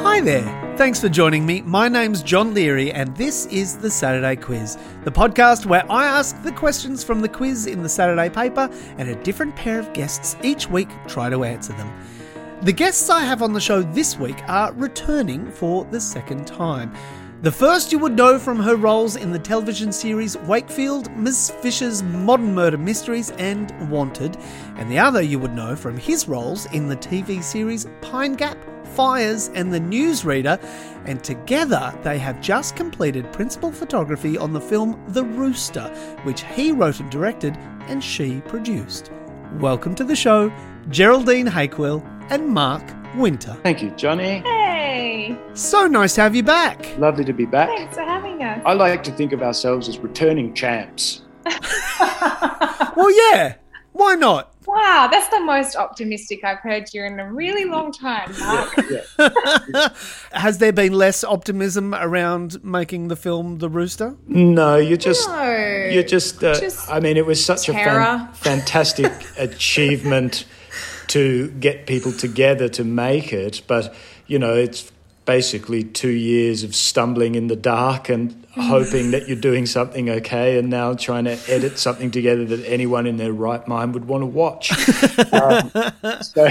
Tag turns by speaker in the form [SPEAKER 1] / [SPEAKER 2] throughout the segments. [SPEAKER 1] Hi there. Thanks for joining me. My name's John Leary, and this is the Saturday Quiz, the podcast where I ask the questions from the quiz in the Saturday paper, and a different pair of guests each week try to answer them. The guests I have on the show this week are returning for the second time. The first you would know from her roles in the television series Wakefield, Miss Fisher's Modern Murder Mysteries, and Wanted, and the other you would know from his roles in the TV series Pine Gap, Fires, and The Newsreader, and together they have just completed principal photography on the film The Rooster, which he wrote and directed and she produced. Welcome to the show, Geraldine Hakewill and Mark Winter.
[SPEAKER 2] Thank you, Johnny.
[SPEAKER 3] Hey,
[SPEAKER 1] So nice to have you back.
[SPEAKER 2] Lovely to be back.
[SPEAKER 3] thanks for having us.
[SPEAKER 2] I like to think of ourselves as returning champs.
[SPEAKER 1] Well, yeah, why not?
[SPEAKER 3] Wow, that's the most optimistic I've heard you in a really long time. Mark.
[SPEAKER 1] Has there been less optimism around making the film The Rooster?
[SPEAKER 2] No, you're just.
[SPEAKER 3] No.
[SPEAKER 2] You're just, uh,
[SPEAKER 3] Just
[SPEAKER 2] I mean, it was such a
[SPEAKER 3] terror.
[SPEAKER 2] fan- fantastic achievement to get people together to make it. But, you know, it's basically two years of stumbling in the dark and
[SPEAKER 3] Mm.
[SPEAKER 2] hoping that you're doing something okay and now trying to edit something together that anyone in their right mind would want to watch. um, so.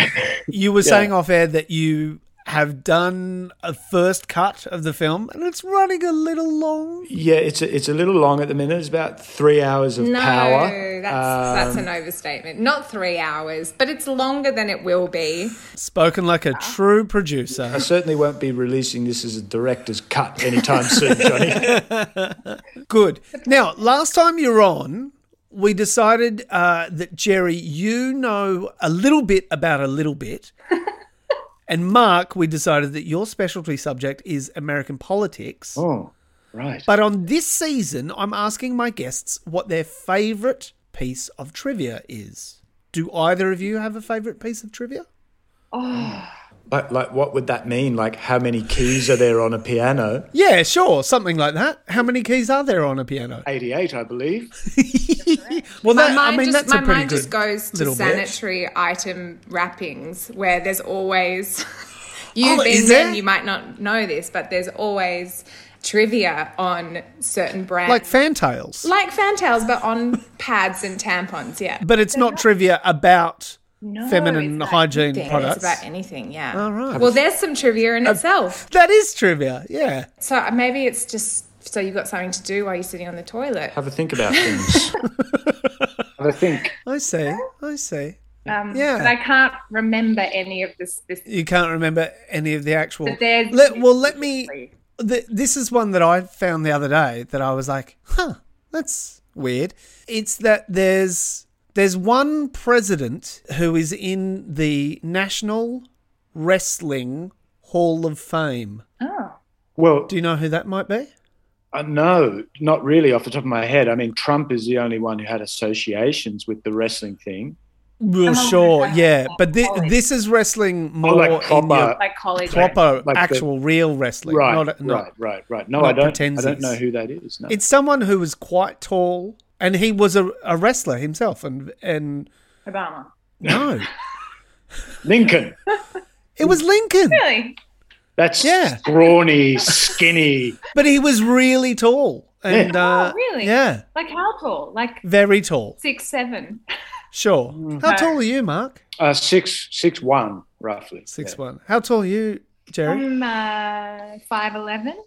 [SPEAKER 1] You were saying off air that you have done a first cut of the film and it's running a little long.
[SPEAKER 2] Yeah, it's a, it's a little long at the minute. It's about three hours of
[SPEAKER 3] no,
[SPEAKER 2] power.
[SPEAKER 3] that's that's
[SPEAKER 1] um,
[SPEAKER 3] an overstatement. Not three hours, but it's longer than it will be.
[SPEAKER 1] Spoken like a true producer.
[SPEAKER 2] I certainly won't be releasing this as a director's cut anytime soon, Johnny.
[SPEAKER 1] Good. Now, last time you were on, we decided uh, that Jerry, you know a little bit about a little bit. and Mark, we decided that your specialty subject is American politics.
[SPEAKER 2] oh, right.
[SPEAKER 1] But on this season, I'm asking my guests what their favorite piece of trivia is. Do either of you have a favorite piece of trivia?
[SPEAKER 2] Like, like, what would that mean? Like, how many keys are there on a piano?
[SPEAKER 1] Yeah, sure, something like that. How many keys are there on a piano?
[SPEAKER 2] 88, I believe.
[SPEAKER 1] Well,
[SPEAKER 3] My
[SPEAKER 1] that,
[SPEAKER 3] mind
[SPEAKER 1] I mean,
[SPEAKER 3] just
[SPEAKER 1] that's
[SPEAKER 3] my
[SPEAKER 1] a pretty
[SPEAKER 3] mind
[SPEAKER 1] good
[SPEAKER 3] just goes to
[SPEAKER 1] little bit.
[SPEAKER 3] sanitary item wrappings where there's always you've
[SPEAKER 1] Oh,
[SPEAKER 3] been
[SPEAKER 1] is
[SPEAKER 3] there,
[SPEAKER 1] there?
[SPEAKER 3] you might not know this, but there's always trivia on certain brands.
[SPEAKER 1] Like fantails.
[SPEAKER 3] like fantails, but on pads and tampons, yeah.
[SPEAKER 1] But it's not trivia about
[SPEAKER 3] it's
[SPEAKER 1] feminine
[SPEAKER 3] about
[SPEAKER 1] hygiene
[SPEAKER 3] anything.
[SPEAKER 1] products.
[SPEAKER 3] It's about anything, yeah. All
[SPEAKER 1] right.
[SPEAKER 3] Well, there's some trivia in itself.
[SPEAKER 1] that is trivia, yeah.
[SPEAKER 3] So uh, maybe it's just so you've got something to do while you're sitting on the toilet.
[SPEAKER 1] Um,
[SPEAKER 2] Have a think about things. have a think.
[SPEAKER 1] I see, I see.
[SPEAKER 3] Um,
[SPEAKER 1] Yeah.
[SPEAKER 3] But I can't remember any of this. this
[SPEAKER 1] You can't remember any of the actual.
[SPEAKER 3] But there's-
[SPEAKER 1] Let- well, let me. Th- this is one that I found the other day that I was like, huh, that's weird. It's that there's there's one president who is in the National Wrestling Hall of Fame.
[SPEAKER 3] oh.
[SPEAKER 2] Well,
[SPEAKER 1] Do you know who that might be?
[SPEAKER 2] uh, no, not really off the top of my head. I mean, Trump is the only one who had associations with the wrestling thing.
[SPEAKER 1] Well,
[SPEAKER 3] Oh,
[SPEAKER 1] sure,
[SPEAKER 3] yeah.
[SPEAKER 1] yeah, but thi-
[SPEAKER 3] College.
[SPEAKER 1] this is wrestling more
[SPEAKER 2] Oh, like
[SPEAKER 1] in
[SPEAKER 2] proper-
[SPEAKER 1] your
[SPEAKER 3] Like college.
[SPEAKER 1] proper,
[SPEAKER 2] Like the-
[SPEAKER 1] actual, real wrestling,
[SPEAKER 2] Right,
[SPEAKER 1] not, not
[SPEAKER 2] right, right, right. No,
[SPEAKER 1] not
[SPEAKER 2] I don't. I
[SPEAKER 1] pretensies.
[SPEAKER 2] don't know who that is. No.
[SPEAKER 1] It's someone who was quite tall, and he was a, a wrestler himself. And and
[SPEAKER 3] Obama.
[SPEAKER 1] no,
[SPEAKER 2] Lincoln.
[SPEAKER 1] it was Lincoln,
[SPEAKER 3] Really?
[SPEAKER 2] That's
[SPEAKER 1] Yeah.
[SPEAKER 2] scrawny, skinny.
[SPEAKER 1] but he was really tall. And uh,
[SPEAKER 3] Oh, really?
[SPEAKER 1] yeah,
[SPEAKER 3] Like how tall? Like
[SPEAKER 1] very tall.
[SPEAKER 3] six, seven.
[SPEAKER 1] Sure. How
[SPEAKER 2] Mm.
[SPEAKER 3] No.
[SPEAKER 1] tall are you, Mark?
[SPEAKER 2] Uh, six, six, one, roughly.
[SPEAKER 1] Six one. How tall are you, Jerry?
[SPEAKER 3] I'm Um, uh, five eleven.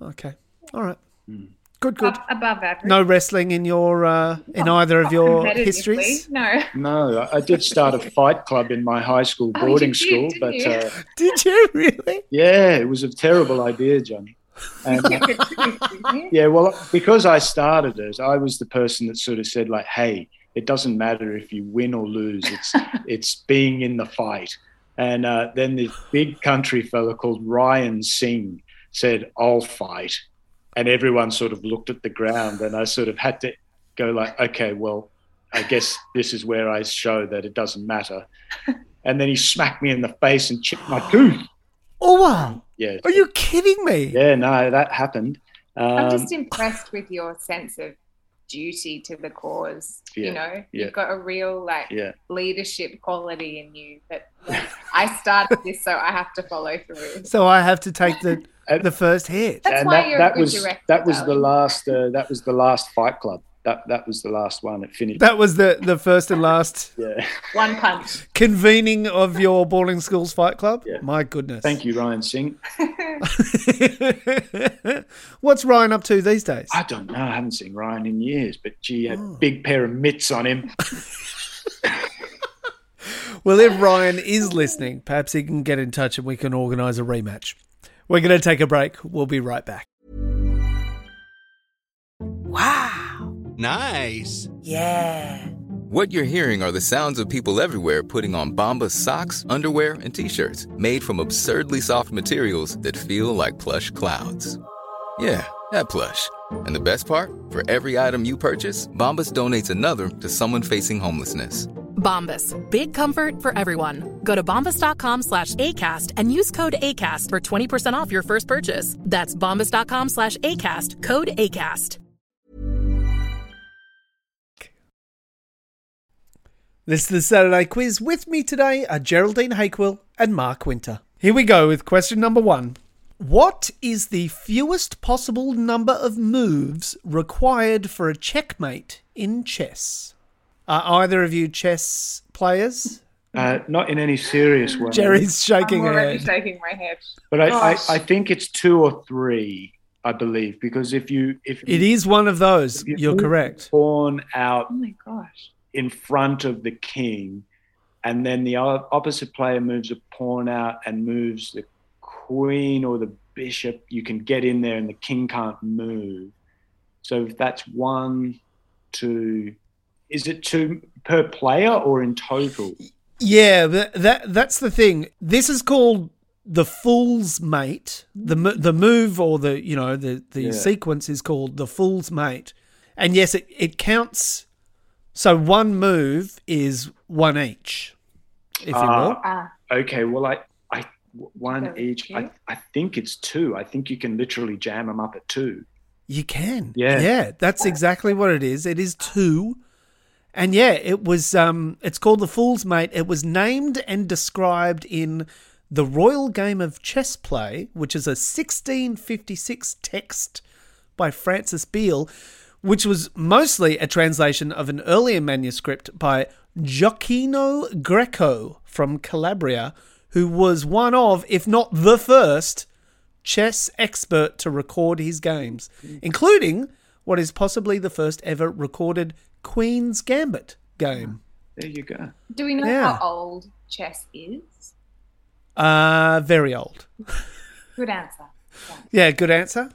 [SPEAKER 1] Okay. All right.
[SPEAKER 2] Mm.
[SPEAKER 1] Good. Good.
[SPEAKER 3] Above average.
[SPEAKER 1] No wrestling in your uh, in either of your
[SPEAKER 3] Oh, Competitively,
[SPEAKER 1] histories.
[SPEAKER 3] No.
[SPEAKER 2] No, I- I did start a fight club in my high school
[SPEAKER 3] Oh, you
[SPEAKER 2] boarding
[SPEAKER 3] did,
[SPEAKER 2] school,
[SPEAKER 3] didn't
[SPEAKER 2] but
[SPEAKER 3] you?
[SPEAKER 2] uh,
[SPEAKER 1] Did you really?
[SPEAKER 2] yeah, it was a terrible idea, Johnny. And, uh, yeah, well, because I started it, I was the person that sort of said like, "Hey, it doesn't matter if you win or lose. It's it's being in the fight." And uh, then this big country fella called Ryan Singh said, I'll fight. And everyone sort of looked at the ground, and I sort of had to go, like, okay, well, I guess this is where I show that it doesn't matter. And then he smacked me in the face and chipped my tooth.
[SPEAKER 1] Oh wow!
[SPEAKER 2] Yeah.
[SPEAKER 1] Are you kidding me?
[SPEAKER 2] Yeah, no, that happened.
[SPEAKER 3] I'm
[SPEAKER 2] Um,
[SPEAKER 3] just impressed with your sense of duty to the cause.
[SPEAKER 2] Yeah,
[SPEAKER 3] You know,
[SPEAKER 2] yeah.
[SPEAKER 3] you've got a real like
[SPEAKER 2] yeah.
[SPEAKER 3] leadership quality in you. That like, I started this, so I have to follow through.
[SPEAKER 1] So I have to take the
[SPEAKER 2] And-
[SPEAKER 1] the first hit.
[SPEAKER 3] That's
[SPEAKER 2] and
[SPEAKER 3] why
[SPEAKER 2] that,
[SPEAKER 3] you're a
[SPEAKER 2] that
[SPEAKER 3] good
[SPEAKER 2] was
[SPEAKER 3] director,
[SPEAKER 2] that was the
[SPEAKER 3] darling.
[SPEAKER 2] last uh, that was the last Fight Club. That that was the last one. It finished.
[SPEAKER 1] That was the the first and last
[SPEAKER 2] yeah.
[SPEAKER 3] One punch.
[SPEAKER 1] convening of your boarding school's fight club.
[SPEAKER 2] Yeah.
[SPEAKER 1] My goodness.
[SPEAKER 2] Thank you, Ryan Singh.
[SPEAKER 1] you. What's Ryan up to these days?
[SPEAKER 2] I don't know. I haven't seen Ryan in years, but gee, a
[SPEAKER 1] Hmm.
[SPEAKER 2] big pair of mitts on him.
[SPEAKER 1] Well, if Ryan is listening, perhaps he can get in touch and we can organise a rematch. We're going to take a break. We'll be right back.
[SPEAKER 4] Nice.
[SPEAKER 5] Yeah.
[SPEAKER 6] What you're hearing are the sounds of people everywhere putting on Bombas socks, underwear, and t-shirts made from absurdly soft materials that feel like plush clouds. Yeah, that plush. And the best part? For every item you purchase, Bombas donates another to someone facing homelessness.
[SPEAKER 7] Bombas. Big comfort for everyone. Go to bombas.com slash ACAST and use code ACAST for 20% off your first purchase. That's bombas.com slash ACAST, code ACAST.
[SPEAKER 1] This is the Saturday quiz. With me today are Geraldine Hakewill and Mark Winter. Here we go with question number one. What is the fewest possible number of moves required for a checkmate in chess? Are either of you chess players?
[SPEAKER 2] Uh, not in any serious way.
[SPEAKER 1] Jerry's shaking her
[SPEAKER 3] I'm already
[SPEAKER 1] head.
[SPEAKER 3] shaking my head.
[SPEAKER 2] but I, I,
[SPEAKER 3] Gosh.
[SPEAKER 2] I think it's two or three. I believe because if you if
[SPEAKER 1] It is one of those. You're correct.
[SPEAKER 2] Pawn out
[SPEAKER 3] Oh my gosh.
[SPEAKER 2] in front of the king, and then the o- opposite player moves a pawn out and moves the queen or the bishop, you can get in there and the king can't move. So if that's one, two, is it two per player or in total?
[SPEAKER 1] Yeah, that, that that's the thing. This is called the fool's mate. The mo- the move or the you know the the
[SPEAKER 2] Yeah.
[SPEAKER 1] sequence is called the fool's mate. And yes, it it counts. So one move is one each, if you will.
[SPEAKER 2] Ah.
[SPEAKER 3] Ah,
[SPEAKER 2] Okay, well, I, I one
[SPEAKER 3] Okay,
[SPEAKER 2] each. I,
[SPEAKER 3] two.
[SPEAKER 2] I think it's two. I think you can literally jam them up at two.
[SPEAKER 1] You can.
[SPEAKER 2] Yeah.
[SPEAKER 1] Yeah, that's exactly what it is. It is two. And yeah, it was um it's called The Fool's Mate. It was named and described in The Royal Game of Chess Play, which is a 1656 text by Francis Beale, which was mostly a translation of an earlier manuscript by Gioacchino Greco from Calabria, who was one of, if not the first, chess expert to record his games, including what is possibly the first ever recorded Queen's Gambit game.
[SPEAKER 2] There you go.
[SPEAKER 3] do we know
[SPEAKER 1] Yeah.
[SPEAKER 3] how old chess is?
[SPEAKER 1] Uh, very old.
[SPEAKER 3] Good answer.
[SPEAKER 1] Um, Yeah, good answer.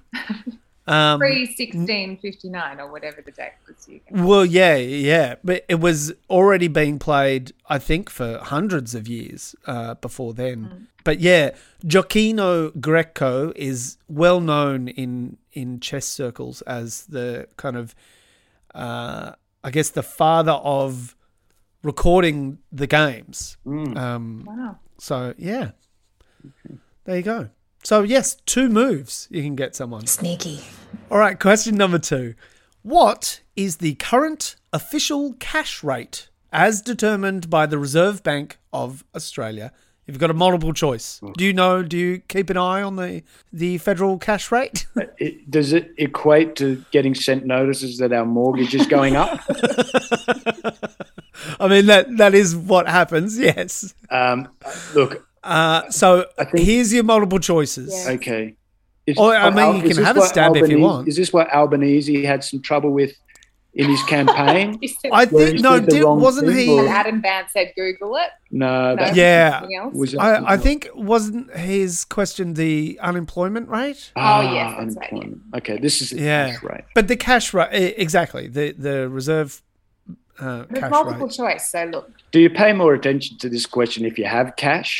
[SPEAKER 1] Um,
[SPEAKER 3] Pre sixteen fifty nine or whatever the date was. You can.
[SPEAKER 1] well, yeah, yeah, but it was already being played, I think, for hundreds of years uh, before then. But yeah, Gioacchino Greco is well known in in chess circles as the kind of, uh, I guess, the father of recording the games. Um,
[SPEAKER 3] Wow.
[SPEAKER 1] so yeah, there you go. So yes, two moves you can get someone.
[SPEAKER 5] Sneaky.
[SPEAKER 1] All right, question number two. What is the current official cash rate as determined by the Reserve Bank of Australia? You've got a multiple choice.
[SPEAKER 2] Hmm.
[SPEAKER 1] Do you know? Do you keep an eye on the, the federal cash rate?
[SPEAKER 2] It, does it equate to getting sent notices that our mortgage is going up?
[SPEAKER 1] I mean, that that is what happens, yes.
[SPEAKER 2] Um, look,
[SPEAKER 1] Uh, so here's your multiple choices.
[SPEAKER 2] okay. Is, oh,
[SPEAKER 1] Or, I mean,
[SPEAKER 2] Al-
[SPEAKER 1] you
[SPEAKER 2] is
[SPEAKER 1] can
[SPEAKER 2] this
[SPEAKER 1] have a
[SPEAKER 2] what
[SPEAKER 1] stab if you
[SPEAKER 2] Albanese-
[SPEAKER 1] want.
[SPEAKER 2] Is this what Albanese had some trouble with in his campaign?
[SPEAKER 3] You said-
[SPEAKER 1] I
[SPEAKER 2] Where
[SPEAKER 1] think,
[SPEAKER 2] he
[SPEAKER 1] no,
[SPEAKER 2] said the
[SPEAKER 1] did,
[SPEAKER 2] wrong
[SPEAKER 1] wasn't
[SPEAKER 2] thing,
[SPEAKER 1] he?
[SPEAKER 2] or-
[SPEAKER 3] and Adam Band said Google it.
[SPEAKER 2] no,
[SPEAKER 3] No.
[SPEAKER 2] that
[SPEAKER 1] Yeah.
[SPEAKER 3] Something else?
[SPEAKER 2] was.
[SPEAKER 1] I, I think, wasn't his question the unemployment rate?
[SPEAKER 2] Ah,
[SPEAKER 3] Oh, yes, that's right, yeah.
[SPEAKER 2] unemployment. Okay, this is
[SPEAKER 1] Yeah, e,
[SPEAKER 2] that's right.
[SPEAKER 1] But the cash rate, exactly. The the Reserve uh,
[SPEAKER 3] There's
[SPEAKER 1] cash
[SPEAKER 3] multiple
[SPEAKER 1] rate.
[SPEAKER 3] choice. So look,
[SPEAKER 2] Do you pay more attention to this question if you have cash?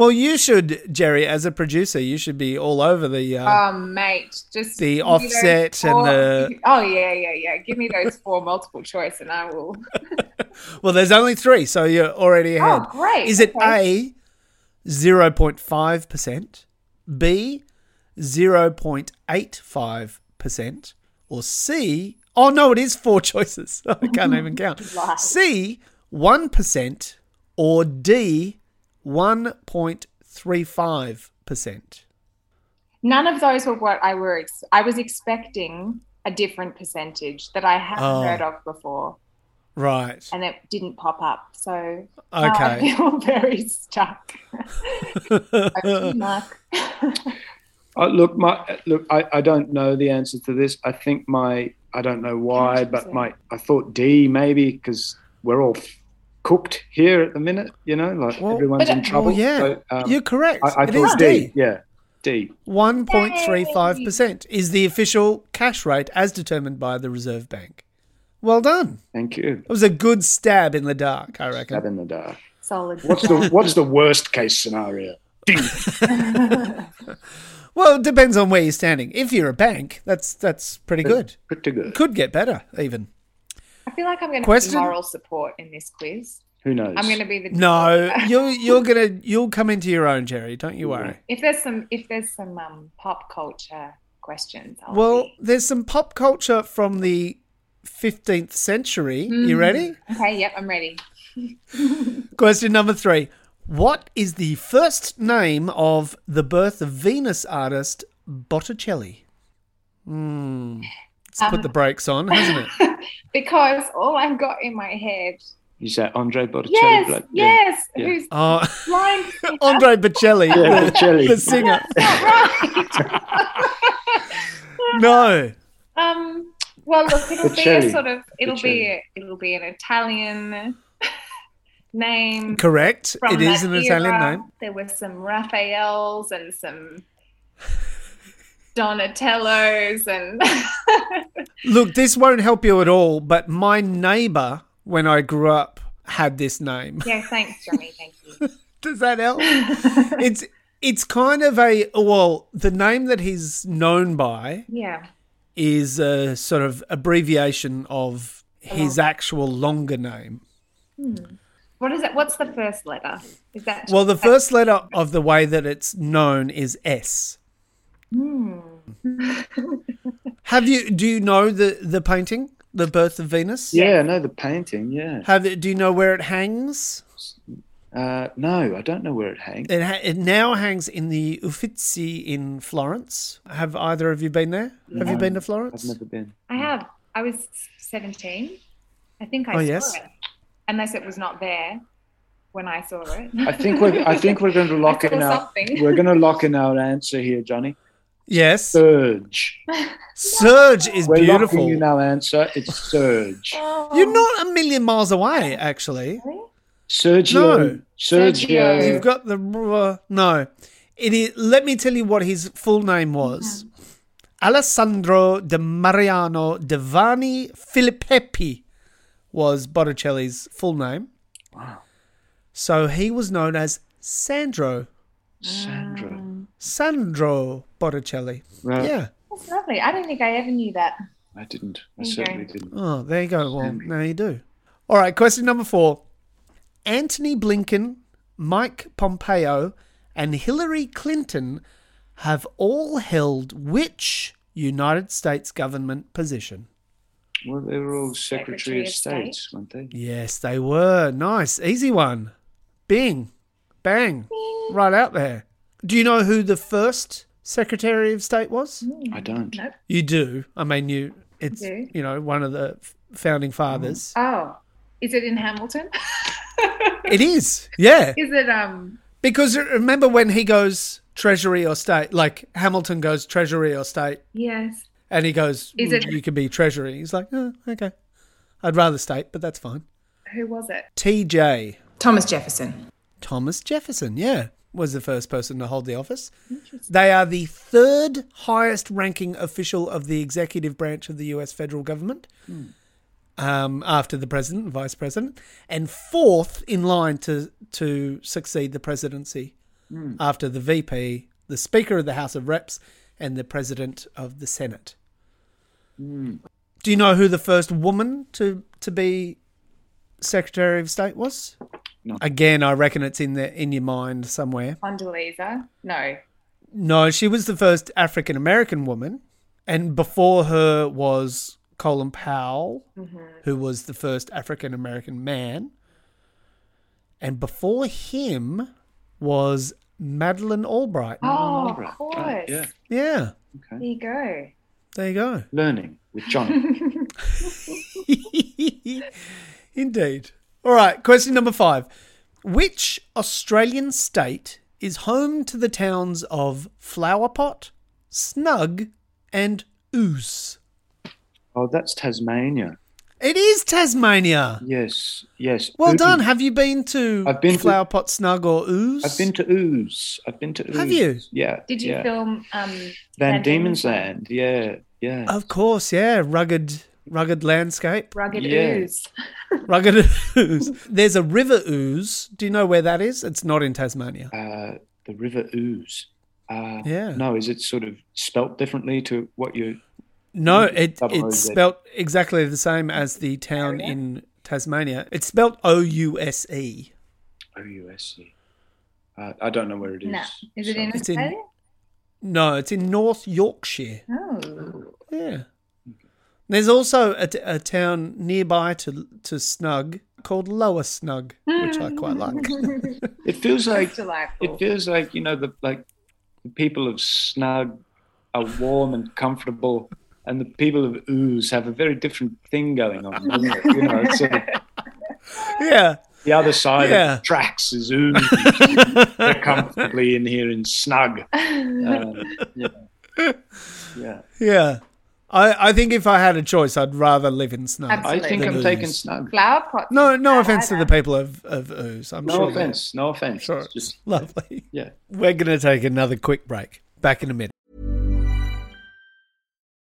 [SPEAKER 1] Well, you should, Jerry, as a producer, you should be all over the. Uh,
[SPEAKER 3] oh mate, just
[SPEAKER 1] The
[SPEAKER 3] give me those
[SPEAKER 1] offset and
[SPEAKER 3] four-
[SPEAKER 1] the-
[SPEAKER 3] oh yeah, yeah, yeah. Give me those four multiple choice, and I will.
[SPEAKER 1] well, there's only three, so you're already ahead.
[SPEAKER 3] Uh, Oh great!
[SPEAKER 1] Is it A,
[SPEAKER 3] okay.
[SPEAKER 1] 0.5%, B, 0.85%, or C, oh no, it is four choices. I can't even count. C, 1%, or D, 1.35%.
[SPEAKER 3] None of those were what I were. Ex- I was expecting a different percentage that I hadn't
[SPEAKER 1] Oh.
[SPEAKER 3] heard of before,
[SPEAKER 1] Right.
[SPEAKER 3] and it didn't pop up. So now I
[SPEAKER 1] Okay.
[SPEAKER 3] feel very stuck. Okay, Mark.
[SPEAKER 2] Uh, look, my look, I, I don't know the answer to this. I think my I don't know why, but my I thought D maybe because we're all f- cooked here at the minute. You know, like
[SPEAKER 1] Well-
[SPEAKER 2] everyone's in
[SPEAKER 3] But, uh,
[SPEAKER 2] trouble.
[SPEAKER 1] Well, yeah,
[SPEAKER 2] So, um,
[SPEAKER 1] you're correct.
[SPEAKER 2] I, I
[SPEAKER 1] it
[SPEAKER 2] thought
[SPEAKER 1] is
[SPEAKER 2] D.
[SPEAKER 1] D.
[SPEAKER 2] Yeah, D.
[SPEAKER 1] 1.35% is the official cash rate as determined by the Reserve Bank. Well done.
[SPEAKER 2] Thank you.
[SPEAKER 1] It was a good stab in the dark, I reckon.
[SPEAKER 2] Stab in the dark.
[SPEAKER 3] Solid.
[SPEAKER 2] What's the what's the worst case scenario?
[SPEAKER 1] Well, it depends on where you're standing. If you're a bank, that's that's pretty good.
[SPEAKER 2] Pretty good.
[SPEAKER 1] Could get better even.
[SPEAKER 3] I feel like I'm going to be
[SPEAKER 1] Question?
[SPEAKER 3] moral support in this quiz.
[SPEAKER 2] Who knows?
[SPEAKER 3] I'm going to be the
[SPEAKER 1] No, you're you're gonna you'll come into your own, Jerry. Don't you worry.
[SPEAKER 3] If there's some, if there's some um, pop culture questions, I'll
[SPEAKER 1] Well,
[SPEAKER 3] be-
[SPEAKER 1] there's some pop culture from the 15th century.
[SPEAKER 3] Mm.
[SPEAKER 1] You ready?
[SPEAKER 3] okay, yep, I'm ready.
[SPEAKER 1] Question number three. What is the first name of the birth of Venus artist Botticelli? Hmm. It's put the brakes on, hasn't it?
[SPEAKER 3] Because all I've got in my head,
[SPEAKER 2] You say Andre Botticelli?
[SPEAKER 3] yes,
[SPEAKER 2] bloke? Yeah.
[SPEAKER 3] yes,
[SPEAKER 2] yeah.
[SPEAKER 3] who's
[SPEAKER 1] Oh,
[SPEAKER 3] blind?
[SPEAKER 1] Andre Bocelli,
[SPEAKER 2] Yeah,
[SPEAKER 1] the,
[SPEAKER 2] Botticelli.
[SPEAKER 1] the singer. no.
[SPEAKER 3] Um, well, look, it'll be a
[SPEAKER 2] Bocelli.
[SPEAKER 3] sort of, it'll be, a, it'll be an Italian name.
[SPEAKER 1] Correct.
[SPEAKER 3] From
[SPEAKER 1] it is
[SPEAKER 3] that
[SPEAKER 1] an Italian
[SPEAKER 3] era.
[SPEAKER 1] name.
[SPEAKER 3] There were some Raphaels and some Donatellos and.
[SPEAKER 1] Look, this won't help you at all, but my neighbor, when I grew up, had this name.
[SPEAKER 3] Yeah, thanks, Johnny. Thank you.
[SPEAKER 1] Does that help? it's it's kind of a well, the name that he's known by
[SPEAKER 3] Yeah.
[SPEAKER 1] is a sort of abbreviation of his actual longer name.
[SPEAKER 3] What is it? What's the first letter? Is that
[SPEAKER 1] Well, the first letter of the way that it's known is S. Have you do you know the the painting, The Birth of Venus?
[SPEAKER 2] Yeah, no, the painting. Yeah.
[SPEAKER 1] Have do you know where it hangs?
[SPEAKER 2] Uh, no, I don't know where it hangs.
[SPEAKER 1] It, ha- it now hangs in the Uffizi in Florence. Have either of you been there? Have you been to Florence?
[SPEAKER 2] I've never been.
[SPEAKER 3] I have. I was seventeen. I think I
[SPEAKER 1] Oh,
[SPEAKER 3] saw
[SPEAKER 1] yes.
[SPEAKER 3] it, unless it was not there when I saw it.
[SPEAKER 2] I think we're. I think we're going to lock
[SPEAKER 3] I saw
[SPEAKER 2] in our.
[SPEAKER 3] something.
[SPEAKER 2] We're going to lock in our answer here, Johnny.
[SPEAKER 1] Yes.
[SPEAKER 2] Surge.
[SPEAKER 1] Surge is
[SPEAKER 2] We're
[SPEAKER 1] beautiful.
[SPEAKER 2] locking in our answer. It's surge.
[SPEAKER 3] Oh.
[SPEAKER 1] You're not a million miles away, actually.
[SPEAKER 2] Sergio.
[SPEAKER 1] No.
[SPEAKER 2] Sergio.
[SPEAKER 3] Sergio.
[SPEAKER 1] You've got the uh, no. It is. Let me tell you what his full name was: Alessandro de Mariano Devani Filippi was Botticelli's full name. Wow. So he was known as Sandro
[SPEAKER 2] Sandra.
[SPEAKER 1] Sandro Botticelli.
[SPEAKER 2] Right.
[SPEAKER 1] Yeah.
[SPEAKER 3] That's lovely. I don't think I ever knew that.
[SPEAKER 2] I didn't. I
[SPEAKER 3] Okay.
[SPEAKER 2] certainly didn't.
[SPEAKER 1] Oh, there you go. Well, now you do. All right, question number four. Anthony Blinken, Mike Pompeo, and Hillary Clinton have all held which United States government position?
[SPEAKER 2] Well, they were all Secretary,
[SPEAKER 3] Secretary
[SPEAKER 2] of
[SPEAKER 3] of
[SPEAKER 2] State,
[SPEAKER 3] State.
[SPEAKER 2] weren't they?
[SPEAKER 1] Yes, they were. Nice. Easy one. Bing. Bang. Right out there. Do you know who the first Secretary of State was?
[SPEAKER 2] I don't.
[SPEAKER 3] Hmm. Nope.
[SPEAKER 1] You do. I mean, you. It's
[SPEAKER 3] do.
[SPEAKER 1] you know one of the f- founding fathers.
[SPEAKER 3] Oh, is it in Hamilton?
[SPEAKER 1] It is. Yeah.
[SPEAKER 3] is it um?
[SPEAKER 1] Because remember when he goes treasury or state, like Hamilton goes treasury or state,
[SPEAKER 3] Yes.
[SPEAKER 1] and he goes,
[SPEAKER 3] Is it-
[SPEAKER 1] "Mm, "You can be treasury." He's like, oh, "Okay, I'd rather state, but that's fine."
[SPEAKER 3] Who was it?
[SPEAKER 1] T.J.
[SPEAKER 8] Thomas Jefferson.
[SPEAKER 1] Thomas Jefferson, yeah, was the first person to hold the office. They are the third highest ranking official of the executive branch of the U.S. federal government, um, after the president and vice president, and fourth in line to to succeed the presidency after the VP, the Speaker of the House of Reps, and the President of the Senate. Do you know who the first woman to to be Secretary of State was?
[SPEAKER 2] No.
[SPEAKER 1] Again, I reckon it's in the in your mind somewhere.
[SPEAKER 3] Condoleezza? No.
[SPEAKER 1] No, she was the first African American woman, and before her was Colin Powell, who was the first African American man, and before him was Madeleine Albright.
[SPEAKER 3] Oh, of
[SPEAKER 2] Right,
[SPEAKER 3] course.
[SPEAKER 2] right, yeah.
[SPEAKER 1] Yeah,
[SPEAKER 3] There you go.
[SPEAKER 1] there you go.
[SPEAKER 2] Learning with Johnny.
[SPEAKER 1] Indeed. All right, question number five. Which Australian state is home to the towns of Flowerpot, Snug, and Oos?
[SPEAKER 2] oh, that's Tasmania.
[SPEAKER 1] It is Tasmania.
[SPEAKER 2] Yes, yes.
[SPEAKER 1] Well
[SPEAKER 2] Ooh.
[SPEAKER 1] done. Have you been to
[SPEAKER 2] I've been to-
[SPEAKER 1] Flowerpot, Snug, or Oos?
[SPEAKER 2] I've been to Ooze. I've been to Ooze.
[SPEAKER 1] Have you?
[SPEAKER 2] Yeah.
[SPEAKER 3] Did you
[SPEAKER 2] yeah.
[SPEAKER 3] film um,
[SPEAKER 2] Van Diemen's Land? Yeah, yeah.
[SPEAKER 1] Of course, yeah. Rugged, rugged landscape,
[SPEAKER 3] Rugged
[SPEAKER 2] Yeah.
[SPEAKER 3] Ooze.
[SPEAKER 1] rugged ooze. There's a river ooze. Do you know where that is? It's not in Tasmania.
[SPEAKER 2] Uh, the River Ooze. Uh,
[SPEAKER 1] Yeah.
[SPEAKER 2] No, is it sort of spelt differently to what you?
[SPEAKER 1] No, it
[SPEAKER 2] Double
[SPEAKER 1] it's
[SPEAKER 2] OZ.
[SPEAKER 1] spelt exactly the same as the town in Tasmania. It's spelt O U S E.
[SPEAKER 2] O U S E. Uh, I don't know where it is.
[SPEAKER 3] No. Is it
[SPEAKER 2] so-
[SPEAKER 3] in
[SPEAKER 1] It's in-
[SPEAKER 3] Australia?
[SPEAKER 1] No, it's in North Yorkshire.
[SPEAKER 3] Oh.
[SPEAKER 1] Yeah. There's also a, t- a town nearby to to Snug called Lower Snug, which I quite like.
[SPEAKER 2] It feels like
[SPEAKER 3] Delightful.
[SPEAKER 2] it feels like you know the like the people of Snug are warm and comfortable, and the people of Ooze have a very different thing going on. doesn't it? You know, it's sort of
[SPEAKER 1] yeah.
[SPEAKER 2] the other side
[SPEAKER 1] Yeah.
[SPEAKER 2] of tracks is Ooze. They're comfortably in here in Snug. Um, yeah. yeah.
[SPEAKER 1] Yeah. I, I think if I had a choice, I'd rather live in Snug.
[SPEAKER 2] I think
[SPEAKER 1] Than
[SPEAKER 2] I'm
[SPEAKER 1] Ooze.
[SPEAKER 2] taking Snug.
[SPEAKER 3] Flower pots.
[SPEAKER 1] No, no offense to the people of, of Ooze. I'm
[SPEAKER 2] No
[SPEAKER 1] sure. they're
[SPEAKER 2] offense. No offense.
[SPEAKER 1] Sure.
[SPEAKER 2] It's just
[SPEAKER 1] Lovely.
[SPEAKER 2] yeah.
[SPEAKER 1] We're going to take another quick break. Back in a minute.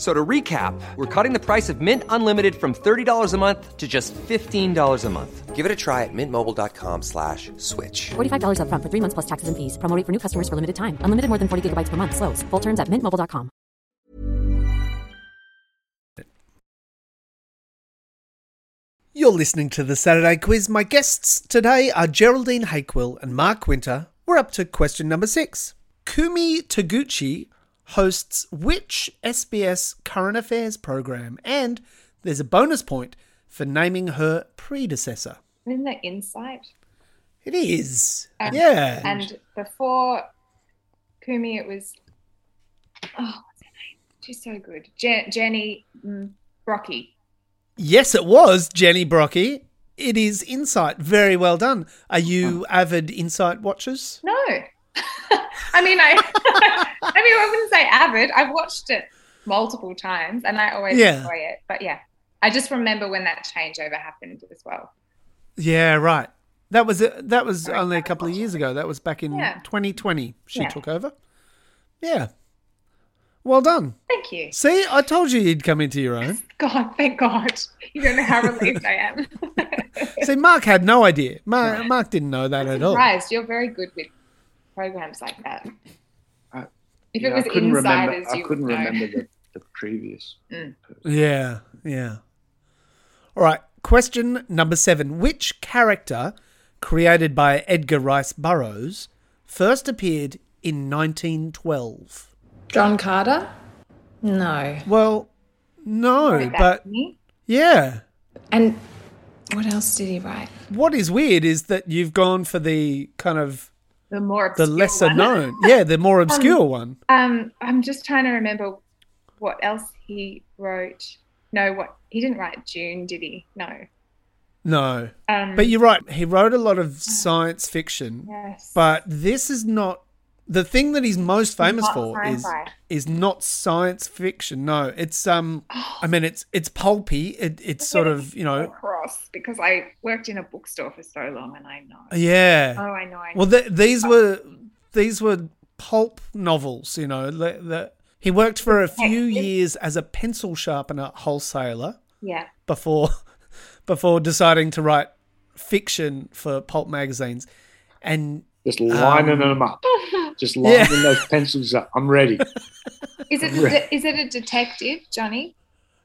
[SPEAKER 8] So to recap, we're cutting the price of Mint Unlimited from $30 a month to just $15 a month.
[SPEAKER 9] Give it a try at mintmobile.com slash switch.
[SPEAKER 10] $45 up front for three months plus taxes and fees. Promo rate for new customers for limited time. Unlimited more than 40 gigabytes per month. Slows. Full terms at mintmobile.com.
[SPEAKER 1] You're listening to the Saturday Quiz. My guests today are Geraldine Hakewill and Mark Winter. We're up to question number six. Kumi Taguchi hosts which SBS current affairs program? And there's a bonus point for naming her predecessor.
[SPEAKER 3] Isn't that insight?
[SPEAKER 1] It is.
[SPEAKER 3] And-
[SPEAKER 1] yeah.
[SPEAKER 3] And before Kumi, it was. Oh, what's her name? She's so good. Je- Jenny mm, Brocky.
[SPEAKER 1] yes, it was Jenny Brocky. It is Insight. Very well done. Are
[SPEAKER 3] Oh.
[SPEAKER 1] you avid Insight watchers?
[SPEAKER 3] No. I mean, I. I mean, I wouldn't say avid. I've watched it multiple times, and I always
[SPEAKER 1] Yeah.
[SPEAKER 3] enjoy it. But yeah, I just remember when that changeover happened as well.
[SPEAKER 1] Yeah, right. That was uh, that was only a couple of years ago. That was back in
[SPEAKER 3] Yeah.
[SPEAKER 1] 2020. She
[SPEAKER 3] Yeah.
[SPEAKER 1] took over. Yeah. Well done.
[SPEAKER 3] Thank you.
[SPEAKER 1] See, I told you you'd come into your own.
[SPEAKER 3] God, thank God. You don't know how relieved I am.
[SPEAKER 1] See, Mark had no idea. Mark, Mark didn't know that at all.
[SPEAKER 3] Surprised. You're very good with programs like that.
[SPEAKER 2] I-
[SPEAKER 3] If
[SPEAKER 2] Yeah,
[SPEAKER 3] it was
[SPEAKER 2] I couldn't
[SPEAKER 3] insiders,
[SPEAKER 2] remember.
[SPEAKER 3] you
[SPEAKER 2] I couldn't
[SPEAKER 3] would know.
[SPEAKER 2] remember the, the previous.
[SPEAKER 1] Yeah, yeah. All right. Question number seven: Which character, created by Edgar Rice Burroughs, first appeared in 1912?
[SPEAKER 11] John Carter? No.
[SPEAKER 1] Well, no,
[SPEAKER 3] Like that,
[SPEAKER 1] but
[SPEAKER 3] me?
[SPEAKER 1] yeah.
[SPEAKER 11] And what else did he write?
[SPEAKER 1] what is weird is that you've gone for the kind of
[SPEAKER 3] the more
[SPEAKER 1] the
[SPEAKER 3] obscure
[SPEAKER 1] lesser
[SPEAKER 3] one.
[SPEAKER 1] known, yeah, the more obscure one.
[SPEAKER 3] Um, I'm just trying to remember what else he wrote. No, what he didn't write June, did he? No.
[SPEAKER 1] No,
[SPEAKER 3] Um,
[SPEAKER 1] but you're right. He wrote a lot of science fiction,
[SPEAKER 3] yes.
[SPEAKER 1] but this is not The thing that he's most famous
[SPEAKER 3] not
[SPEAKER 1] for is
[SPEAKER 3] sci-fi.
[SPEAKER 1] is not science fiction. No, it's um. I mean, it's it's pulpy. It, it's sort of you know.
[SPEAKER 3] Across because I worked in a bookstore for so long and I know.
[SPEAKER 1] Yeah.
[SPEAKER 3] Oh, I know. I know.
[SPEAKER 1] Well, th- these were these were pulp novels. You know, the, the, he worked for a few years as a pencil sharpener wholesaler
[SPEAKER 3] yeah.
[SPEAKER 1] before before deciding to write fiction for pulp magazines, and
[SPEAKER 2] Just lining them up. Just lining those pencils up. I'm ready.
[SPEAKER 3] Is it de- is it a detective, Johnny?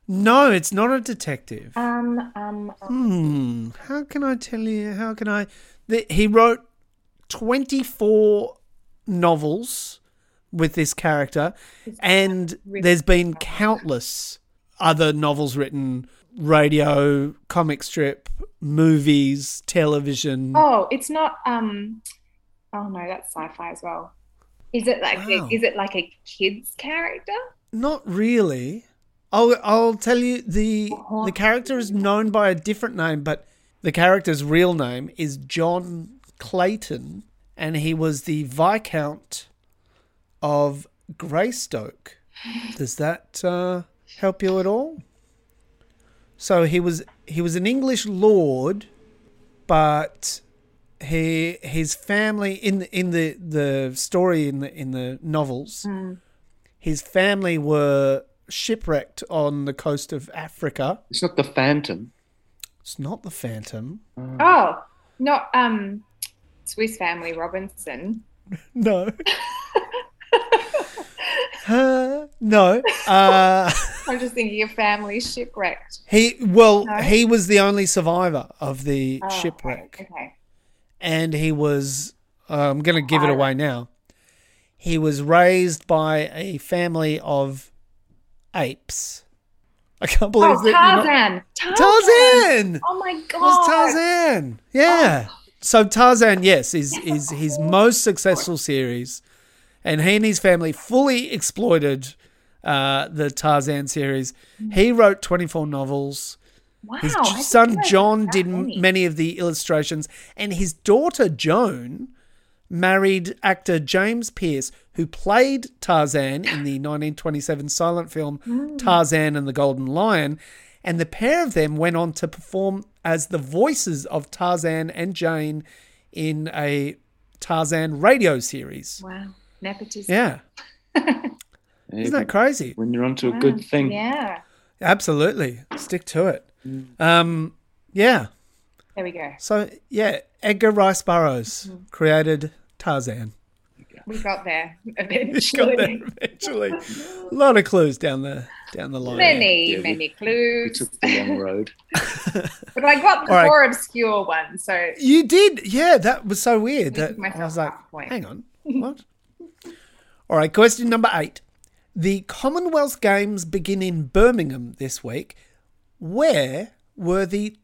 [SPEAKER 1] no, it's not a detective.
[SPEAKER 3] Um, um, um,
[SPEAKER 1] Hmm, how can I tell you? How can I? The, he wrote 24 novels with this character, and there's been countless other novels written radio, comic strip, movies, television.
[SPEAKER 3] oh, it's not. Um, oh no, that's sci-fi as well. Is it like
[SPEAKER 1] Wow.
[SPEAKER 3] is it like a kid's character?
[SPEAKER 1] Not really. I'll, I'll tell you the the character is known by a different name, but the character's real name is John Clayton, and he was the Viscount of Greystoke. Does that uh, help you at all? So he was he was an English lord, but he his family in the, in the the story in the in the novels his family were shipwrecked on the coast of Africa.
[SPEAKER 2] It's not the Phantom.
[SPEAKER 1] It's not the Phantom.
[SPEAKER 3] Oh, not um, Swiss Family Robinson.
[SPEAKER 1] No. Uh, no. Uh,
[SPEAKER 3] I'm just thinking of Family Shipwrecked.
[SPEAKER 1] he well, he was the only survivor of the shipwreck,
[SPEAKER 3] Okay.
[SPEAKER 1] and he was. uh, I'm going to give it away now. He was raised by a family of apes. I can't believe
[SPEAKER 3] Oh,
[SPEAKER 1] that. you're not-
[SPEAKER 3] Tarzan. Tarzan.
[SPEAKER 1] Tarzan.
[SPEAKER 3] Oh my god.
[SPEAKER 1] was Tarzan. Yeah. So Tarzan, yes, is is his most successful series, and he and his family fully exploited uh, the Tarzan series. He wrote twenty four novels.
[SPEAKER 3] Wow.
[SPEAKER 1] His
[SPEAKER 3] I didn't
[SPEAKER 1] son
[SPEAKER 3] realize
[SPEAKER 1] John
[SPEAKER 3] that
[SPEAKER 1] did m- many of the illustrations, and his daughter Joan married actor James Pierce, who played Tarzan in the 1927 silent film
[SPEAKER 3] Hmm.
[SPEAKER 1] Tarzan and the Golden Lion. And the pair of them went on to perform as the voices of Tarzan and Jane in a Tarzan radio series.
[SPEAKER 3] Wow. Nepotism.
[SPEAKER 1] Yeah. Isn't that crazy?
[SPEAKER 2] When you're onto a good thing.
[SPEAKER 3] Yeah.
[SPEAKER 1] Absolutely. Stick to it. Um, yeah.
[SPEAKER 3] There we go.
[SPEAKER 1] So yeah, Edgar Rice Burroughs created Tarzan.
[SPEAKER 3] We got there
[SPEAKER 1] He got
[SPEAKER 3] eventually.
[SPEAKER 1] there eventually. A lot of clues down the down the line.
[SPEAKER 3] Many,
[SPEAKER 2] we-
[SPEAKER 3] many
[SPEAKER 2] We
[SPEAKER 3] clues.
[SPEAKER 2] took the long road.
[SPEAKER 3] But I got the
[SPEAKER 1] All right.
[SPEAKER 3] more obscure one. So
[SPEAKER 1] You did, yeah. That was so weird. That
[SPEAKER 3] give myself
[SPEAKER 1] I was like,
[SPEAKER 3] half a point.
[SPEAKER 1] hang on, what? All right, question number eight. The Commonwealth Games begin in Birmingham this week. Where were the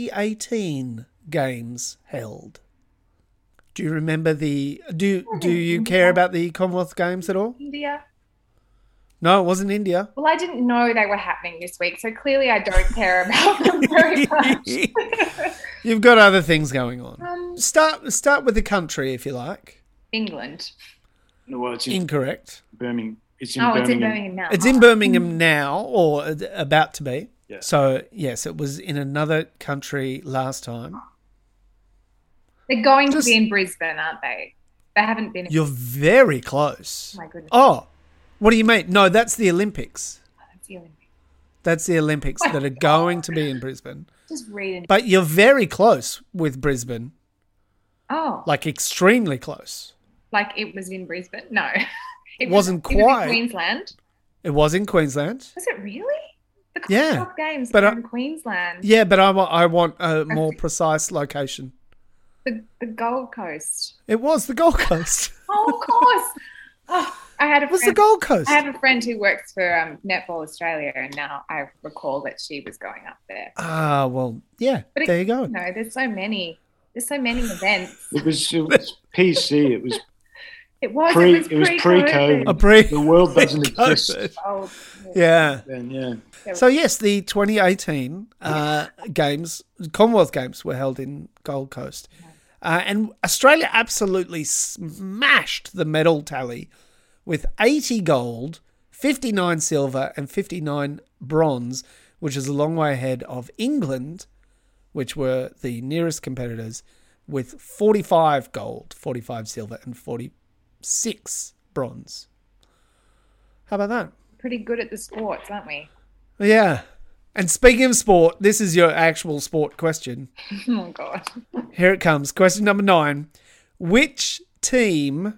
[SPEAKER 1] 2018 Games held? Do you remember the do Do you care about the Commonwealth Games at all?
[SPEAKER 3] India.
[SPEAKER 1] No, it wasn't India.
[SPEAKER 3] Well, I didn't know they were happening this week, so clearly I don't care about them very much.
[SPEAKER 1] You've got other things going on.
[SPEAKER 3] Um,
[SPEAKER 1] start start with the country if you like.
[SPEAKER 3] England.
[SPEAKER 2] No, well, it's in,
[SPEAKER 1] Incorrect.
[SPEAKER 2] Birmingham. It's in
[SPEAKER 3] Oh,
[SPEAKER 2] Birmingham.
[SPEAKER 3] it's in Birmingham now.
[SPEAKER 1] It's in Birmingham now or a- about to be.
[SPEAKER 2] Yeah.
[SPEAKER 1] So yes, it was in another country last time.
[SPEAKER 3] Oh, They're going
[SPEAKER 1] Just-
[SPEAKER 3] to be in Brisbane, aren't they? They haven't been. in-
[SPEAKER 1] You're very close.
[SPEAKER 3] My goodness.
[SPEAKER 1] Oh, what do you mean? No, that's the Olympics.
[SPEAKER 3] That's the Olympics.
[SPEAKER 1] That's the Olympics that are going to be in Brisbane.
[SPEAKER 3] Just reading.
[SPEAKER 1] But you're very close with Brisbane,
[SPEAKER 3] Oh, like,
[SPEAKER 1] like extremely close.
[SPEAKER 3] it was in Brisbane? No,
[SPEAKER 1] Wasn't
[SPEAKER 3] it was, it was in
[SPEAKER 1] quite.
[SPEAKER 3] Queensland.
[SPEAKER 1] It was in Queensland.
[SPEAKER 3] Was it really? The
[SPEAKER 1] Yeah,
[SPEAKER 3] Commonwealth Games
[SPEAKER 1] but
[SPEAKER 3] but,
[SPEAKER 1] I-
[SPEAKER 3] in Queensland.
[SPEAKER 1] Yeah, but I want I want a more precise location.
[SPEAKER 3] The, the Gold Coast.
[SPEAKER 1] It was the Gold Coast.
[SPEAKER 3] Oh, of course. oh, I had a
[SPEAKER 1] It was the
[SPEAKER 3] friend-
[SPEAKER 1] Gold Coast.
[SPEAKER 3] I have a friend who works for um, Netball Australia, and now I recall that she was going up there.
[SPEAKER 1] Ah, well, yeah.
[SPEAKER 3] it-
[SPEAKER 1] There you go.
[SPEAKER 3] No, there's so many. There's so many events.
[SPEAKER 2] It was, it was PC. It was
[SPEAKER 3] It was.
[SPEAKER 2] Pre-
[SPEAKER 3] it was
[SPEAKER 2] it was
[SPEAKER 3] pre-COVID.
[SPEAKER 1] A pre-
[SPEAKER 2] the world doesn't
[SPEAKER 1] COVID.
[SPEAKER 2] exist.
[SPEAKER 3] Oh,
[SPEAKER 1] Yeah.
[SPEAKER 2] Then yeah,
[SPEAKER 1] So yes, the 2018 uh, games, Commonwealth Games, were held in Gold Coast. Uh, and Australia absolutely smashed the medal tally with 80 gold, 59 silver, and 59 bronze, which is a long way ahead of England, which were the nearest competitors, with 45 gold, 45 silver, and 46 bronze. How about that?
[SPEAKER 3] Pretty good at the sports, aren't we?
[SPEAKER 1] Yeah. And speaking of sport, this is your actual sport question.
[SPEAKER 3] Oh my god.
[SPEAKER 1] Here it comes. Question number nine. Which team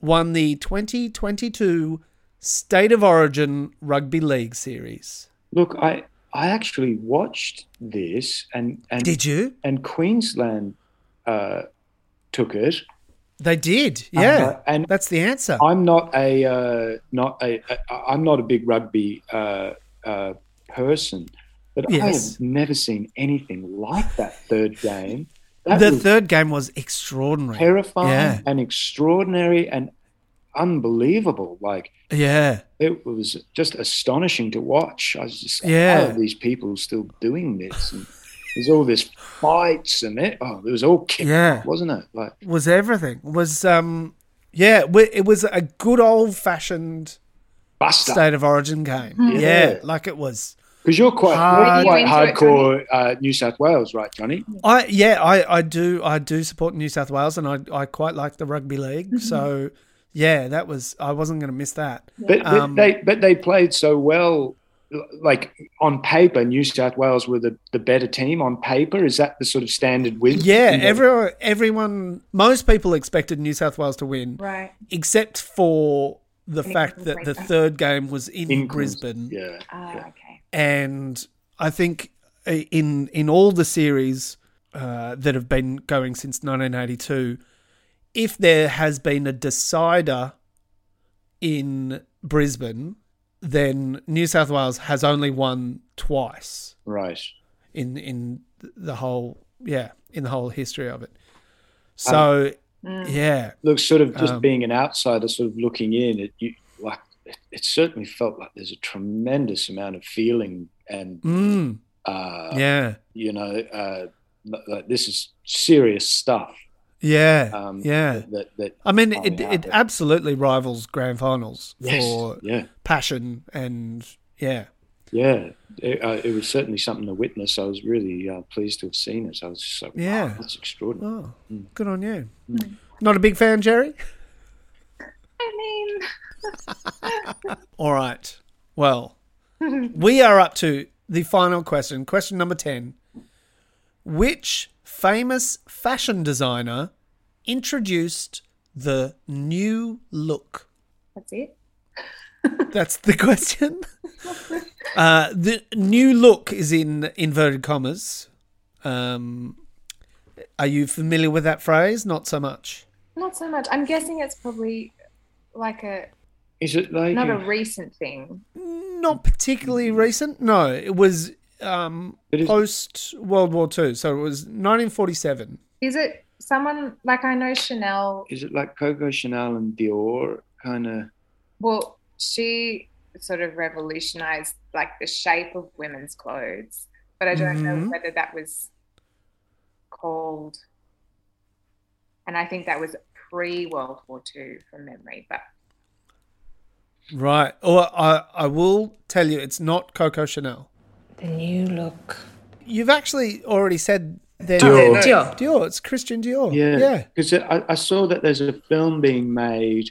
[SPEAKER 1] won the 2022 State of Origin Rugby League Series?
[SPEAKER 2] Look, I I actually watched this and and
[SPEAKER 1] Did you?
[SPEAKER 2] and Queensland uh, took it.
[SPEAKER 1] They did. Yeah.
[SPEAKER 2] Uh, and-
[SPEAKER 1] That's the answer.
[SPEAKER 2] I'm not a uh, not a I- I'm not a big rugby uh, uh, person, but I
[SPEAKER 1] Yes.
[SPEAKER 2] have never seen anything like that third game. That
[SPEAKER 1] the
[SPEAKER 2] was
[SPEAKER 1] third game was extraordinary.
[SPEAKER 2] terrifying
[SPEAKER 1] Yeah.
[SPEAKER 2] and extraordinary and unbelievable. Like
[SPEAKER 1] Yeah.
[SPEAKER 2] it was just astonishing to watch. I was just like,
[SPEAKER 1] Yeah.
[SPEAKER 2] how are these people still doing this? And there's all this fights and it. Oh, it was all kick,
[SPEAKER 1] Yeah.
[SPEAKER 2] wasn't it? Like
[SPEAKER 1] was everything was um yeah w- it was a good old fashioned
[SPEAKER 2] buster.
[SPEAKER 1] state of origin game Hmm. yeah. like it was
[SPEAKER 2] Because you're quite,
[SPEAKER 1] Hard-
[SPEAKER 2] you're quite
[SPEAKER 3] You into it,
[SPEAKER 2] hardcore uh, New South Wales, right, Johnny?
[SPEAKER 1] i yeah i i do i do support new south wales and i i quite like the rugby league
[SPEAKER 3] Mm-hmm.
[SPEAKER 1] so yeah that was i wasn't going to miss that
[SPEAKER 2] But, but
[SPEAKER 1] Um,
[SPEAKER 2] they but they played so well. l- Like on paper, New South Wales were the, the better team on paper. Is that the sort of standard wisdom?
[SPEAKER 1] yeah everyone everyone most people expected new south wales to win
[SPEAKER 3] Right.
[SPEAKER 1] except for the
[SPEAKER 3] And it
[SPEAKER 1] fact
[SPEAKER 3] was
[SPEAKER 1] that
[SPEAKER 3] like
[SPEAKER 1] the
[SPEAKER 3] that.
[SPEAKER 1] third game was in,
[SPEAKER 2] In Queens-
[SPEAKER 1] brisbane
[SPEAKER 2] Yeah.
[SPEAKER 3] Ah, okay.
[SPEAKER 1] and I think uh, in in all the series uh, that have been going since 1982, if there has been a decider in Brisbane, then New South Wales has only won twice
[SPEAKER 2] Right.
[SPEAKER 1] in in the whole yeah in the whole history of it.
[SPEAKER 2] Um,
[SPEAKER 1] So
[SPEAKER 2] mm.
[SPEAKER 1] yeah,
[SPEAKER 2] Look, sort of just
[SPEAKER 1] Um,
[SPEAKER 2] being an outsider, sort of looking in, it you, like it, it certainly felt like there's a tremendous amount of feeling and
[SPEAKER 1] mm,
[SPEAKER 2] uh,
[SPEAKER 1] yeah,
[SPEAKER 2] you know, uh, li- like this is serious stuff.
[SPEAKER 1] yeah,
[SPEAKER 2] Um,
[SPEAKER 1] yeah.
[SPEAKER 2] That that
[SPEAKER 1] I mean,
[SPEAKER 2] Oh,
[SPEAKER 1] it,
[SPEAKER 2] yeah.
[SPEAKER 1] it absolutely rivals grand finals
[SPEAKER 2] yes,
[SPEAKER 1] for
[SPEAKER 2] yeah,
[SPEAKER 1] passion and yeah
[SPEAKER 2] yeah. It, uh, it was certainly something to witness. I was really uh, pleased to have seen it. I was just like, yeah,
[SPEAKER 1] Yeah.
[SPEAKER 2] that's extraordinary.
[SPEAKER 1] oh good on you not a big fan jerry
[SPEAKER 3] I mean,
[SPEAKER 1] all right well we are up to the final question question number 10 which famous fashion designer introduced the new look
[SPEAKER 3] that's it.
[SPEAKER 1] that's the question uh the new look is in inverted commas um are you familiar with that phrase not so much
[SPEAKER 3] Not so much. I'm guessing it's probably like a
[SPEAKER 2] Is it like
[SPEAKER 3] not a recent thing.
[SPEAKER 1] Not particularly recent. No, it was um,
[SPEAKER 2] It is-
[SPEAKER 1] post World War Two, so it was 1947.
[SPEAKER 3] Is it someone like I know Chanel?
[SPEAKER 2] is it like Coco Chanel and Dior kind of?
[SPEAKER 3] Well, she sort of revolutionized like the shape of women's clothes, but I don't know
[SPEAKER 1] Mhm.
[SPEAKER 3] whether that was called. And I think that was pre World War II from memory, but
[SPEAKER 1] Right. Or I, I will tell you, it's not Coco Chanel.
[SPEAKER 11] The new look.
[SPEAKER 1] You've actually already said their
[SPEAKER 2] Dior.
[SPEAKER 1] name.
[SPEAKER 11] Dior.
[SPEAKER 1] Dior. It's Christian Dior.
[SPEAKER 2] Yeah,
[SPEAKER 1] Oh, Yeah.
[SPEAKER 2] Because I, I saw that there's a film being made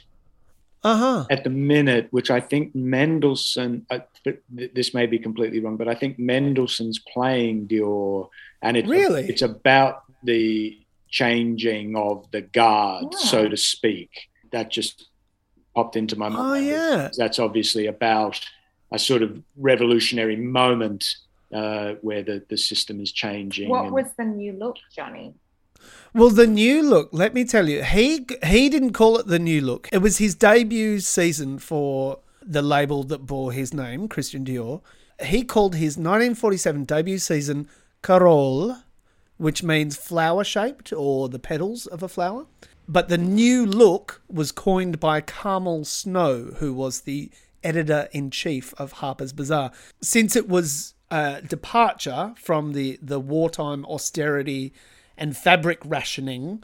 [SPEAKER 1] Uh huh.
[SPEAKER 2] at the minute, which I think Mendelssohn. I, th- th- this may be completely wrong, but I think Mendelssohn's playing Dior, and it's
[SPEAKER 1] Really?
[SPEAKER 2] it's about the changing of the guard, so to speak. That just popped into my mind.
[SPEAKER 1] Oh yeah.
[SPEAKER 2] that's obviously about a sort of revolutionary moment uh, where the, the system is changing.
[SPEAKER 3] what
[SPEAKER 2] and-
[SPEAKER 3] was the new look, Johnny?
[SPEAKER 1] Well, the new look. Let me tell you, he he didn't call it the new look. It was his debut season for the label that bore his name, Christian Dior. He called his 1947 debut season Carole, which means flower shaped or the petals of a flower. But the new look was coined by Carmel Snow, who was the editor in chief of Harper's Bazaar. Since it was uh, a departure from the, the wartime austerity and fabric rationing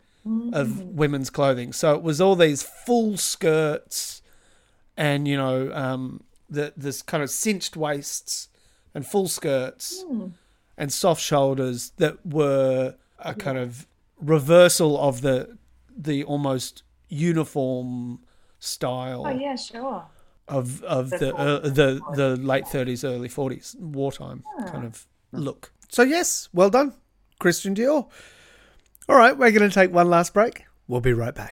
[SPEAKER 1] of women's clothing. So it was all these full skirts and you know um, the this kind of cinched waists and full skirts and soft shoulders that were a kind of reversal of the the almost uniform style
[SPEAKER 3] Oh yeah, sure.
[SPEAKER 1] of of the uh, the the late 30s early 40s wartime kind of look so yes well done christian dior all right we're going to take one last break we'll be right back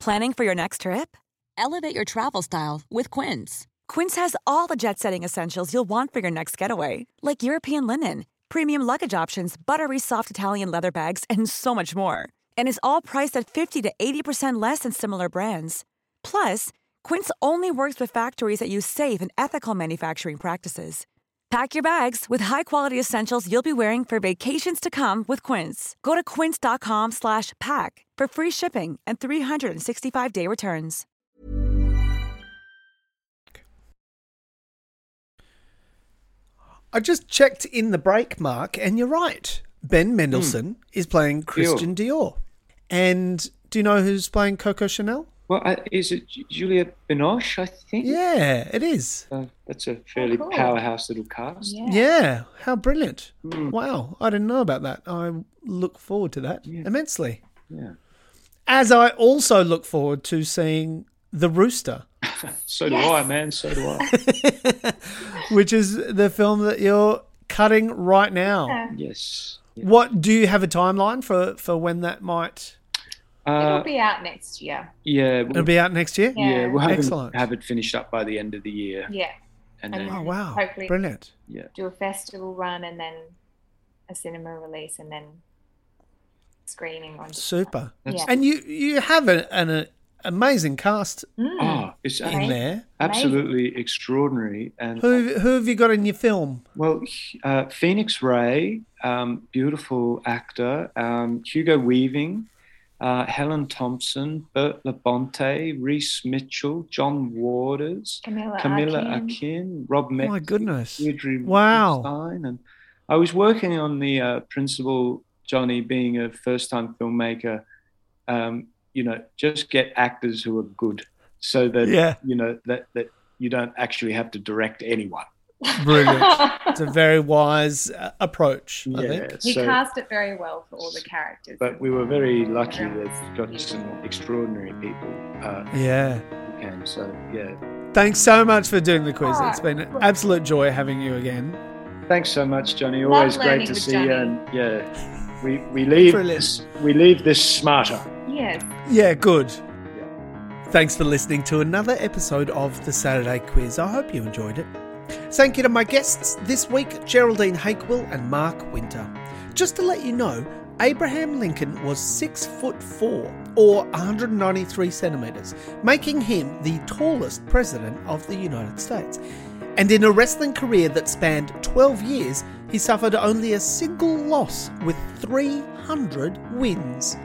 [SPEAKER 12] Planning for your next trip? Elevate your travel style with Quince. Quince has all the jet setting essentials you'll want for your next getaway, like European linen, premium luggage options, buttery soft Italian leather bags, and so much more. And is all priced at 50 to 80% less than similar brands. Plus, Quince only works with factories that use safe and ethical manufacturing practices. Pack your bags with high-quality essentials you'll be wearing for vacations to come with Quince. Go to quince.com slash pack for free shipping and 365-day returns.
[SPEAKER 1] i just checked in the break mark and you're right ben mendelsohn is playing christian dior and do you know who's playing coco chanel
[SPEAKER 2] Well, I, uh, is it Ju- Juliette Binoche? I think.
[SPEAKER 1] yeah Oh, it is
[SPEAKER 2] Uh, that's a fairly
[SPEAKER 3] cool.
[SPEAKER 2] powerhouse little cast.
[SPEAKER 3] Yeah.
[SPEAKER 1] yeah, how brilliant wow i didn't know about that i look forward to that immensely
[SPEAKER 2] Yeah.
[SPEAKER 1] As I also look forward to seeing The Rooster,
[SPEAKER 2] So do
[SPEAKER 3] Yes.
[SPEAKER 2] I, man. So do I.
[SPEAKER 1] which is the film that you're cutting right now.
[SPEAKER 2] yes.
[SPEAKER 1] What do you have a timeline for, for when that might
[SPEAKER 2] Uh,
[SPEAKER 3] It'll be out next year.
[SPEAKER 2] yeah. We'll,
[SPEAKER 1] it'll be out next year?
[SPEAKER 3] Yeah.
[SPEAKER 2] yeah. We'll have,
[SPEAKER 1] Excellent.
[SPEAKER 2] it, have it finished up by the end of the year,
[SPEAKER 3] Yeah.
[SPEAKER 2] and
[SPEAKER 3] And
[SPEAKER 2] then
[SPEAKER 1] Oh wow.
[SPEAKER 3] Hopefully.
[SPEAKER 1] Brilliant.
[SPEAKER 2] yeah.
[SPEAKER 3] Do a festival run and then a cinema release and then screening on.
[SPEAKER 1] Super.
[SPEAKER 3] Yeah.
[SPEAKER 1] And you you have an, an uh amazing cast
[SPEAKER 3] Mm.
[SPEAKER 2] Oh, it's
[SPEAKER 1] in there.
[SPEAKER 2] absolutely extraordinary. And
[SPEAKER 1] Who who have you got in your film?
[SPEAKER 2] Well, uh, Phoenix Ray, um, beautiful actor, um, Hugo Weaving, uh, Helen Thompson, Bert Labonte, Reese Mitchell, John Waters,
[SPEAKER 3] Camilla Akin.
[SPEAKER 2] Akin, Rob Metz,
[SPEAKER 1] my goodness.
[SPEAKER 2] Deirdre
[SPEAKER 1] Wow.
[SPEAKER 2] Stein, and I was working on the uh, principle, Johnny, being a first-time filmmaker. Um, you know, just get actors who are good, so that
[SPEAKER 1] Yeah.
[SPEAKER 2] you know that that you don't actually have to direct anyone.
[SPEAKER 1] Brilliant. it's a very wise uh, approach, I
[SPEAKER 2] Yeah,
[SPEAKER 1] think.
[SPEAKER 3] He
[SPEAKER 2] Uh, so-
[SPEAKER 3] cast it very well for all the characters.
[SPEAKER 2] But we were very lucky that we've got some extraordinary people uh,
[SPEAKER 1] Yeah.
[SPEAKER 2] who came. So, yeah.
[SPEAKER 1] Thanks so much for doing the quiz.
[SPEAKER 3] Oh,
[SPEAKER 1] It's been an absolute joy having you again.
[SPEAKER 2] Thanks so much, Johnny.
[SPEAKER 3] Love
[SPEAKER 2] Always great
[SPEAKER 3] learning
[SPEAKER 2] to
[SPEAKER 3] with
[SPEAKER 2] see
[SPEAKER 3] Johnny.
[SPEAKER 2] you. And yeah, we, we leave
[SPEAKER 1] Brilliant.
[SPEAKER 2] this, we leave this smarter.
[SPEAKER 3] Yes.
[SPEAKER 1] Yeah, good. Thanks for listening to another episode of the Saturday Quiz. I hope you enjoyed it. Thank you to my guests this week, Geraldine Hakewell and Mark Winter. Just to let you know, Abraham Lincoln was six foot four, or 193 centimeters, making him the tallest president of the United States. And in a wrestling career that spanned 12 years, he suffered only a single loss with 300 wins.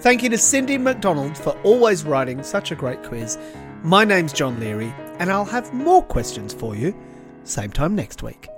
[SPEAKER 1] Thank you to Cindy McDonald for always writing such a great quiz. My name's John Leary, and I'll have more questions for you same time next week.